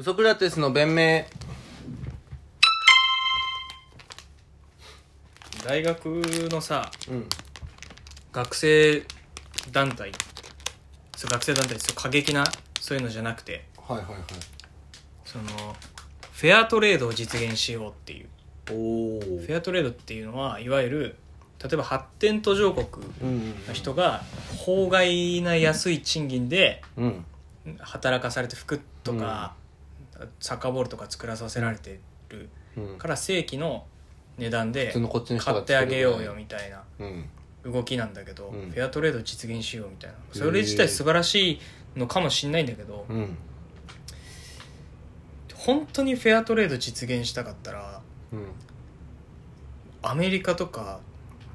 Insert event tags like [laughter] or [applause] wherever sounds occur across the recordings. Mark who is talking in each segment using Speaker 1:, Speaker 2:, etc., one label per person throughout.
Speaker 1: ソクラテスの弁明
Speaker 2: 大学のさ
Speaker 1: うん
Speaker 2: 学生団体そう学生団体そう過激なそういうのじゃなくて
Speaker 1: はいはいはい
Speaker 2: そのフェアトレードを実現しようっていう
Speaker 1: おお
Speaker 2: フェアトレードっていうのはいわゆる例えば発展途上国
Speaker 1: うん
Speaker 2: の人が法外な安い賃金で
Speaker 1: うん
Speaker 2: 働かされて服とか、サッカーボールとか作らさせられてる
Speaker 1: うん
Speaker 2: から正規の値段で
Speaker 1: 普通のこっちの人が
Speaker 2: 買ってあげようよみたいな
Speaker 1: うん
Speaker 2: 動きなんだけど、
Speaker 1: うん
Speaker 2: フェアトレード実現しようみたいなそれ自体素晴らしいのかもしんないんだけど、
Speaker 1: うん
Speaker 2: 本当にフェアトレード実現したかったら
Speaker 1: うん
Speaker 2: アメリカとか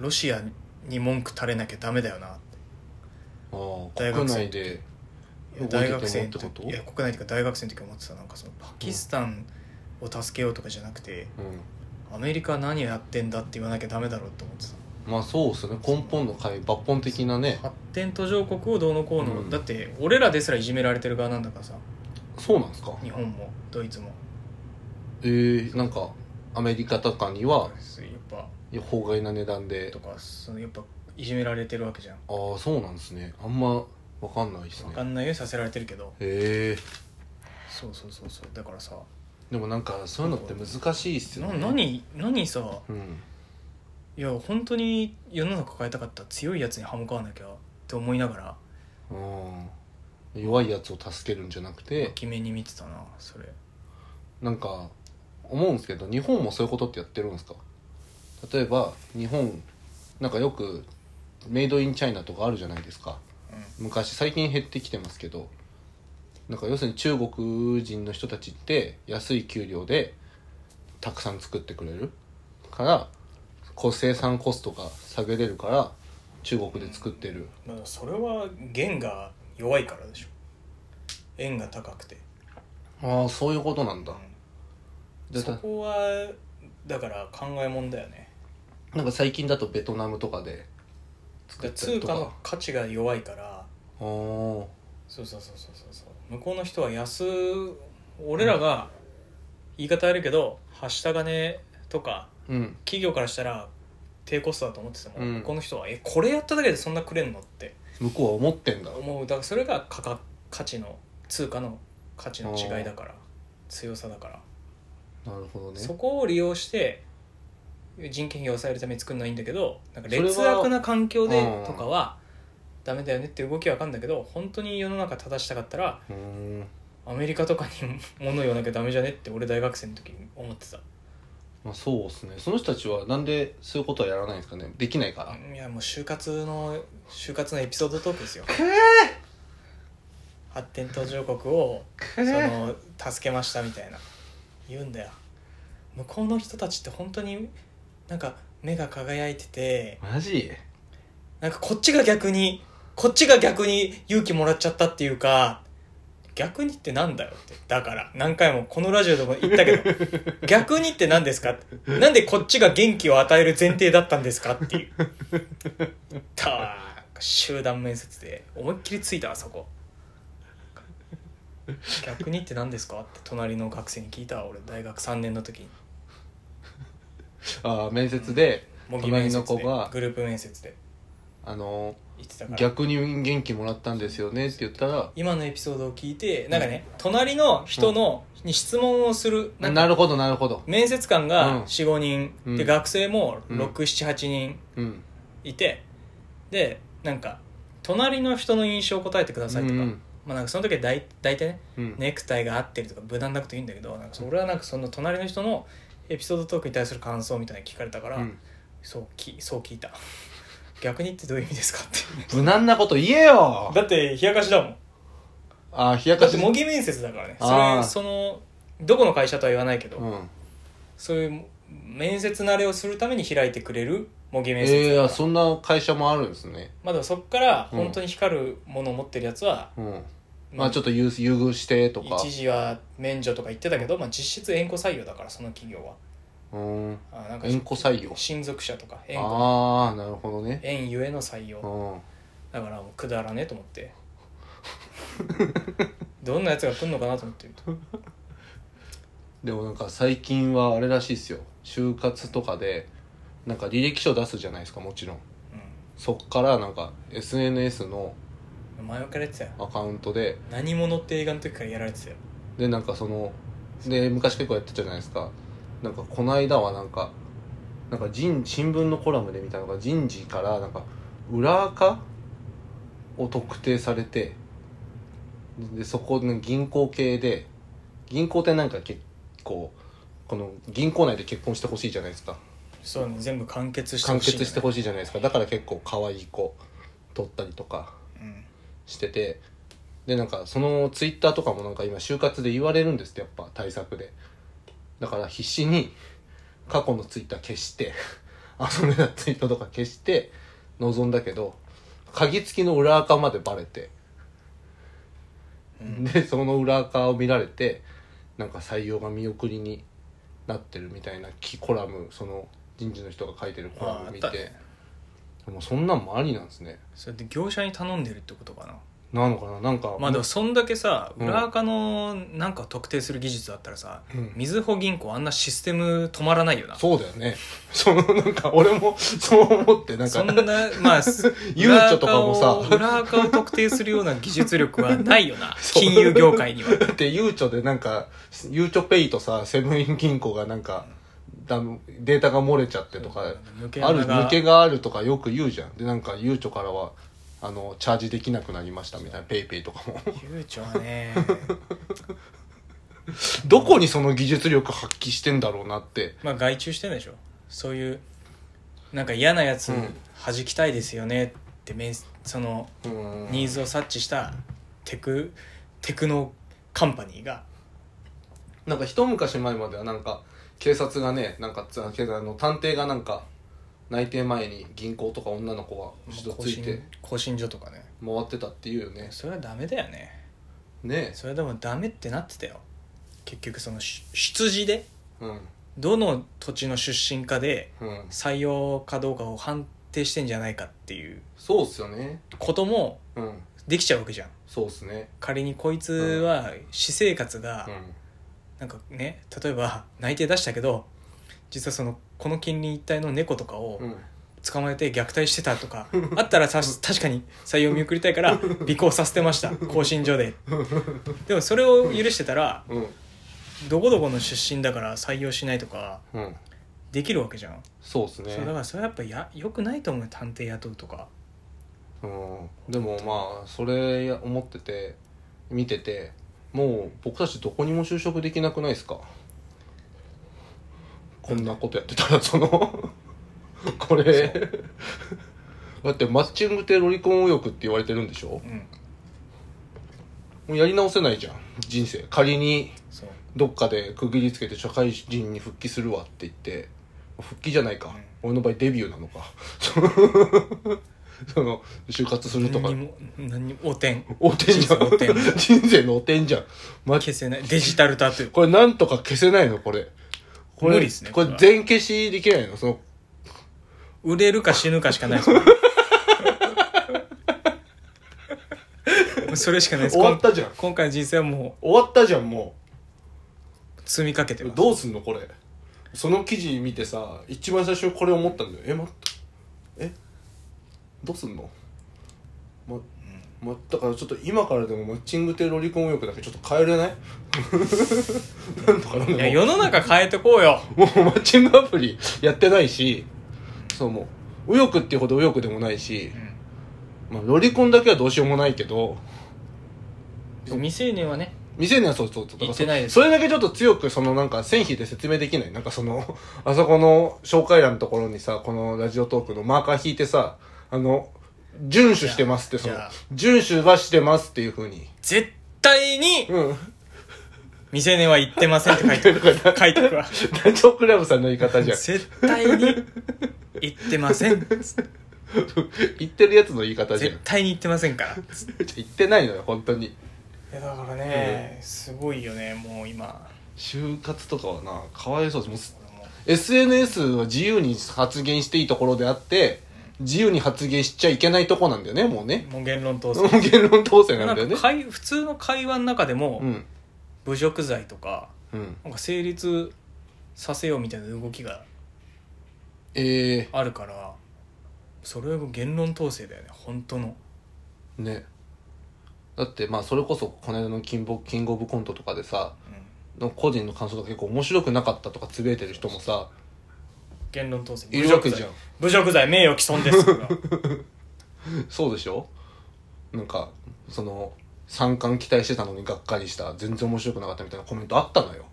Speaker 2: ロシアに文句垂れなきゃダメだよな
Speaker 1: ああ
Speaker 2: 大
Speaker 1: 国
Speaker 2: 学生
Speaker 1: 内で動いて
Speaker 2: 大
Speaker 1: ても
Speaker 2: 学生の
Speaker 1: って
Speaker 2: 時
Speaker 1: こと
Speaker 2: いや国内というか大学生の時思ってたなんかそのパキスタンを助けようとかじゃなくて、
Speaker 1: うん
Speaker 2: アメリカは何をやってんだって言わなきゃダメだろうと思ってた
Speaker 1: まあそうですね根本の解抜本的なね
Speaker 2: 発展途上国をどうのこうの、
Speaker 1: うん
Speaker 2: だって俺らですらいじめられてる側なんだからさ
Speaker 1: そうなんですか
Speaker 2: 日本もドイツも
Speaker 1: えー、なんかアメリカとかには
Speaker 2: やっぱ
Speaker 1: 法外な値段で
Speaker 2: とかそのやっぱいじめられてるわけじゃん
Speaker 1: ああそうなんですねあんまわかんないです
Speaker 2: 分
Speaker 1: ね
Speaker 2: かんないようにさせられてるけど
Speaker 1: へえ
Speaker 2: そうそうそうそうだからさ
Speaker 1: でもなんかそういうのって難しいっすよ
Speaker 2: な
Speaker 1: ね
Speaker 2: 何何さ
Speaker 1: うん
Speaker 2: いや本当に世の中変えたかったら強いやつに歯向かわなきゃって思いながら
Speaker 1: うん弱いやつを助けるんじゃなくて
Speaker 2: 決めに見てたなそれ
Speaker 1: なんか思うんですけど日本もそういうことってやってるんですか例えば日本なんかよくメイドインチャイナとかあるじゃないですか
Speaker 2: う
Speaker 1: 昔最近減ってきてますけどなんか要するに中国人の人たちって安い給料でたくさん作ってくれるからこう生産コストが下げれるから中国で作ってる
Speaker 2: んまだそれは弦が弱いからでしょ円が高くて、
Speaker 1: ああそういうことなんだ
Speaker 2: うん、
Speaker 1: で
Speaker 2: そこはだから考えもんだよね
Speaker 1: なんか最近だとベトナムとかで作
Speaker 2: だ
Speaker 1: っ
Speaker 2: から
Speaker 1: たり
Speaker 2: 通
Speaker 1: と
Speaker 2: 貨
Speaker 1: か
Speaker 2: の価値が弱いから
Speaker 1: あー
Speaker 2: そうそうそうそうそうそう向こうの人は安俺らが言い方あるけどはした金とか
Speaker 1: うん
Speaker 2: 企業からしたら低コストだと思ってても、
Speaker 1: うん
Speaker 2: 向こうの人はえこれやっただけでそんなくれんのって
Speaker 1: 向こうは思ってんだ
Speaker 2: 思うだからそれが価格価値の通貨の価値の違いだから強さだから、
Speaker 1: なるほどね
Speaker 2: そこを利用して人件費を抑えるために作るのはいいんだけどなんか
Speaker 1: それは
Speaker 2: 劣悪な環境で
Speaker 1: うん
Speaker 2: とかはダメだよねっていう動きは分かるんだけど本当に世の中正したかったら
Speaker 1: うーん
Speaker 2: アメリカとかに物言わなきゃダメじゃねって俺大学生の時思ってた
Speaker 1: まあそうですねその人たちはなんでそういうことはやらないんですかねできないから
Speaker 2: いやもう就活の就活のエピソードトークですよ発展途上国をその助けましたみたいな言うんだよ向こうの人たちって本当になんか目が輝いてて
Speaker 1: マジ
Speaker 2: なんかこっちが逆にこっちが逆に勇気もらっちゃったっていうか逆にってなんだよってだから何回もこのラジオでも言った
Speaker 1: [laughs]
Speaker 2: けど逆にって何ですかってなんでこっちが元気を与える前提だったんですかっていうた集団面接で思いっきりついたあそこ逆にって何ですかって隣の学生に聞いたわ俺大学3年の時に
Speaker 1: ああ面接で、
Speaker 2: 模擬面接で
Speaker 1: 隣の子が
Speaker 2: グループ面接で
Speaker 1: あの
Speaker 2: 言ってたから
Speaker 1: 逆に元気もらったんですよねって言ったら
Speaker 2: 今のエピソードを聞いてなんかね、隣の人の、に質問をする
Speaker 1: な
Speaker 2: なんか
Speaker 1: るほどなるほど
Speaker 2: 面接官
Speaker 1: うん
Speaker 2: が45人、
Speaker 1: うん
Speaker 2: で学生も
Speaker 1: うん
Speaker 2: 678人
Speaker 1: うん
Speaker 2: いて、でなんか隣の人の印象を答えてくださいとか,、
Speaker 1: うん
Speaker 2: まあ、なんかその時はだい大体ね
Speaker 1: うん
Speaker 2: ネクタイが合ってるとか無難なこと言うんだけどなんかそ俺はなんかその隣の人のエピソードトークに対する感想みたいなの聞かれたから、
Speaker 1: うん
Speaker 2: そうきそう聞いた [laughs] 逆にってどういう意味ですかって
Speaker 1: 無難なこと言え [laughs] よ
Speaker 2: だって冷やかしだもん
Speaker 1: ああ冷や
Speaker 2: だ
Speaker 1: か
Speaker 2: って
Speaker 1: し
Speaker 2: 模擬面接だからね
Speaker 1: あ
Speaker 2: そ
Speaker 1: ー
Speaker 2: れそのどこの会社とは言わないけど、
Speaker 1: うん
Speaker 2: そういう面接慣れをするために開いてくれる模擬面接
Speaker 1: ええ
Speaker 2: だ
Speaker 1: ー、
Speaker 2: から
Speaker 1: あそんな会社もあるんですね
Speaker 2: まあでもそこから本当に光るものを持ってるやつは、
Speaker 1: うんまあちょっと優優遇してとか
Speaker 2: 一時は免除とか言ってたけど、まあ、実質縁故採用だからその企業は
Speaker 1: うん
Speaker 2: あなんか
Speaker 1: 縁故採用
Speaker 2: 親族者とか縁故
Speaker 1: ああなるほどね
Speaker 2: 縁ゆえの採
Speaker 1: う
Speaker 2: 用
Speaker 1: ん
Speaker 2: だからもうくだらねえと思ってどんなやつが来るのかなと思って
Speaker 1: でもなんか最近はあれらしいですよ就活とかでなんか履歴書出すじゃないですかもちろんそっからなんか SNS の
Speaker 2: うん前からやってたよ
Speaker 1: アカウントで
Speaker 2: 何者って映画の時からやられてたよ
Speaker 1: でなんかそので昔結構やってたじゃないですかなんかこの間はなんかなんか人新聞のコラムで見たのが人事からなんか裏垢を特定されてでそこの銀行系で銀行ってなんか結構この銀行内で結婚してほしいじゃないですか
Speaker 2: そうね全部完結して
Speaker 1: 完
Speaker 2: ほしい、ね、
Speaker 1: 結してほしいじゃないですかだから結構可愛い子取ったりとか
Speaker 2: うん
Speaker 1: しててでなんかそのツイッターとかもなんか今就活で言われるんですってやっぱ対策でだから必死に過去のツイッター消して [laughs] 遊んでたツイートとか消して望んだけど鍵付きの裏垢までバレて、
Speaker 2: うん
Speaker 1: でその裏垢を見られてなんか採用が見送りになってるみたいなきコラムその人事の人が書いてるコラ
Speaker 2: あーあ
Speaker 1: ム
Speaker 2: っ
Speaker 1: 見
Speaker 2: た
Speaker 1: てもうそんなんもありなんですね
Speaker 2: それで業者に頼んでるってことかな
Speaker 1: なのかななんか
Speaker 2: まあでもそんだけさ
Speaker 1: うん
Speaker 2: 裏垢のなんか特定する技術だったらさ、
Speaker 1: うん
Speaker 2: みずほ銀行あんなシステム止まらないよな
Speaker 1: そうだよね。そのなんか俺もそう思ってなん
Speaker 2: そ
Speaker 1: か
Speaker 2: ん
Speaker 1: [laughs]
Speaker 2: なまあ
Speaker 1: ゆうちょとかもさ
Speaker 2: 裏垢を裏垢を特定するような技術力はないよな
Speaker 1: [laughs] そう
Speaker 2: 金融業界には
Speaker 1: だってゆうちょでなんかゆうちょペイとさセブンイン銀行がなんかだデータが漏れちゃってとかある
Speaker 2: 抜け穴が
Speaker 1: 抜けがあるとかよく言うじゃん。でなんかゆうちょからはあのチャージできなくなりましたみたいなペイペイとかも
Speaker 2: [laughs] ゆうちょはね
Speaker 1: どこにその技術力発揮してんだろうなって
Speaker 2: まあ外注してんでしょそういうなんか嫌なやつ
Speaker 1: うん
Speaker 2: 弾きたいですよねって、めん、その
Speaker 1: うん
Speaker 2: ニーズを察知したテクテクノカンパニーが
Speaker 1: なんか一昔前まではなんか警察がねなんかつあけどあの探偵がなんか内定前に銀行とか女の子が後ろ
Speaker 2: 更
Speaker 1: ついて
Speaker 2: 新更新所とかね
Speaker 1: 回ってたっていうよね
Speaker 2: それはダメだよね
Speaker 1: ね
Speaker 2: それでもダメってなってたよ結局そのし出自で
Speaker 1: えうん
Speaker 2: どの土地の出身かで
Speaker 1: うん
Speaker 2: 採用かどうかを判定してんじゃないかっていう
Speaker 1: そうっすよね
Speaker 2: ことも
Speaker 1: うん
Speaker 2: できちゃうわけじゃん
Speaker 1: そうっすね
Speaker 2: 仮にこいつは私生活が
Speaker 1: うん
Speaker 2: なんかね例えば内定出したけど実はそのこの近隣一帯の猫とかを
Speaker 1: うん
Speaker 2: 捕まえて虐待してたとかあったらさ確かに採用見送りたいから尾行させてました更新所ででもそれを許してたら
Speaker 1: うん
Speaker 2: どこどこの出身だから採用しないとか
Speaker 1: うん
Speaker 2: できるわけじゃん、
Speaker 1: そうっすね
Speaker 2: そうだからそれはやっぱやよくないと思うよ探偵雇うとか
Speaker 1: うんでもまあそれや思ってて見ててもう僕たちどこにも就職できなくないですかこんなことやってたらその [laughs] これだってマッチングってロリコン右翼って言われてるんでしょ
Speaker 2: うん
Speaker 1: もうやり直せないじゃん人生仮に
Speaker 2: そう、
Speaker 1: どっかで区切りつけて社会人に復帰するわって言って復帰じゃないか、俺の場合デビューなのか [laughs] その就活するとか
Speaker 2: 何にも何にも汚点
Speaker 1: 汚点じゃん
Speaker 2: 人生の汚点
Speaker 1: 人生の汚点じゃん、ま、
Speaker 2: 消せないデジタルタトゥー
Speaker 1: これなんとか消せないのこれこれ
Speaker 2: 無理っすね
Speaker 1: こ
Speaker 2: これ
Speaker 1: れ
Speaker 2: は
Speaker 1: 全消しできないのその
Speaker 2: 売れるか死ぬかしかない
Speaker 1: [laughs]
Speaker 2: ですもうそれしかないです
Speaker 1: 終わったじゃん
Speaker 2: こん今回の人生はも
Speaker 1: 終わったじゃんも
Speaker 2: う積みかけて
Speaker 1: う
Speaker 2: ます
Speaker 1: どうすんのこれその記事見てさ一番最初にこれ思ったんだよえ待ってえどうすんのまま、だからちょっと今からでもマッチングとロリコン右翼だけちょっと変えれない [laughs] なんとかなん
Speaker 2: いや
Speaker 1: ない
Speaker 2: 世の中変えてこうよ
Speaker 1: もうマッチングアプリ [laughs] やってないしそうもう右翼っていうほど右翼でもないし、まあ、ロリコンだけはどうしようもないけど
Speaker 2: 未成年はね
Speaker 1: 未成年はそうそうそうだから
Speaker 2: 言ってないです
Speaker 1: そそれだけちょっと強くそのなんか線引いて説明できないなんかそのあそこの紹介欄のところにさこのラジオトークのマーカー引いてさあの遵守してますってそ
Speaker 2: じ
Speaker 1: の
Speaker 2: ゃあ
Speaker 1: 遵守はしてますっていうふうに
Speaker 2: 絶対に
Speaker 1: うん
Speaker 2: 未成年は言ってませんって書いてくる書いてくわ
Speaker 1: ダチョウ倶楽部さんの言い方
Speaker 2: [laughs]
Speaker 1: じゃん
Speaker 2: 絶対に言って
Speaker 1: [laughs]
Speaker 2: ません
Speaker 1: 言ってるやつの言い方じゃん
Speaker 2: 絶対に言ってませんから
Speaker 1: 言ってないのよ本当に
Speaker 2: いやだからね、すごいよねもう今
Speaker 1: 就活とかはなかわいそうですも
Speaker 2: 俺も
Speaker 1: う SNS は自由に発言していいところであって自由に発言しちゃいけないとこなんだよねもうね
Speaker 2: もう言論統制
Speaker 1: もう言論統制な
Speaker 2: なん
Speaker 1: だよ
Speaker 2: ん
Speaker 1: ね
Speaker 2: か会普通の会話の中でも、
Speaker 1: うん
Speaker 2: 侮辱罪とか
Speaker 1: うん
Speaker 2: なんか成立させようみたいな動きが
Speaker 1: え
Speaker 2: あるからそれも言論統制だよね本当の
Speaker 1: ー、ねだってまあそれこそこの間のキンボキングオブコントとかでさ
Speaker 2: うん
Speaker 1: の個人の感想が結構面白くなかったとかつぶやいてる人もさ
Speaker 2: 言論統制
Speaker 1: いるわけじゃん
Speaker 2: 侮辱罪侮辱罪名誉毀損です [laughs] から
Speaker 1: そうでしょなんかその三冠期待してたのにがっかりした全然面白くなかったみたいなコメントあったのよ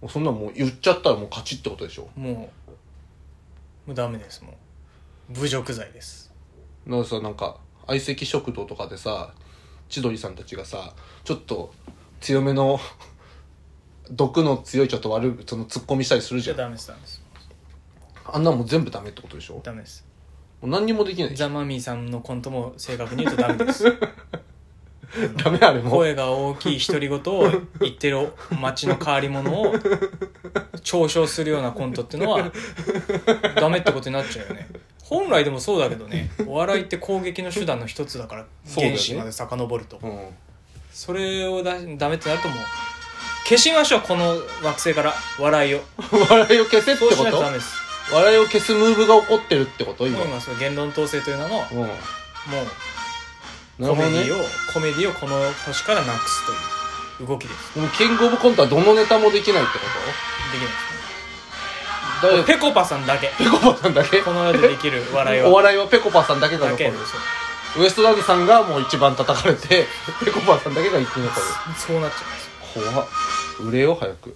Speaker 1: もうそんなんもう言っちゃったらもう勝ちってことでしょ
Speaker 2: もうもうダメですもう侮辱罪です
Speaker 1: なんかさなんか相席食堂とかでさ千鳥さんたちがさちょっと強めの [laughs] 毒の強いちょっと悪いそのツッコミしたりする
Speaker 2: じ
Speaker 1: じ
Speaker 2: ゃ
Speaker 1: ゃん
Speaker 2: ダメですダメです
Speaker 1: あんなんもう全部ダメってことでしょも
Speaker 2: ダメです
Speaker 1: う何にもできないじゃ
Speaker 2: ザ・マミーさんのコントも正確に言うとダメで
Speaker 1: [laughs]
Speaker 2: す
Speaker 1: ん [laughs] ダメあれもう
Speaker 2: 声が大きい独り言を言ってる街の変わり者を嘲笑するようなコントっていうのはダメってことになっちゃうよね本来でもそうだけどねお笑いって攻撃の手段の一つだから
Speaker 1: そうだよね
Speaker 2: 原始まで遡ると
Speaker 1: うん
Speaker 2: それをだダメってなるともう消しましょうこの惑星から笑いを
Speaker 1: 笑いを消せって
Speaker 2: そう
Speaker 1: こ
Speaker 2: しないとダメ
Speaker 1: と
Speaker 2: です
Speaker 1: 笑いを消すムーブが起こってるってこと今
Speaker 2: もう
Speaker 1: うん
Speaker 2: 今その言論統制という名のもう
Speaker 1: なる
Speaker 2: コ
Speaker 1: ほど
Speaker 2: メ
Speaker 1: ね
Speaker 2: ディを、コメディをこの星からなくすという動きです
Speaker 1: でもキングオブコントはどのネタもできないってこ
Speaker 2: できないで
Speaker 1: と誰 [laughs]
Speaker 2: す
Speaker 1: ペ
Speaker 2: ペコパさんだけ。
Speaker 1: コパさんだけ
Speaker 2: この世でできる笑い
Speaker 1: お
Speaker 2: は。
Speaker 1: 笑いはペコパさんだけが
Speaker 2: だ
Speaker 1: 残
Speaker 2: け
Speaker 1: るウエストランドさんがもう一番 [laughs] 叩かれてペコパさんだけが生き残る
Speaker 2: そうなっちゃうんですよ。
Speaker 1: 怖っ売れよ早く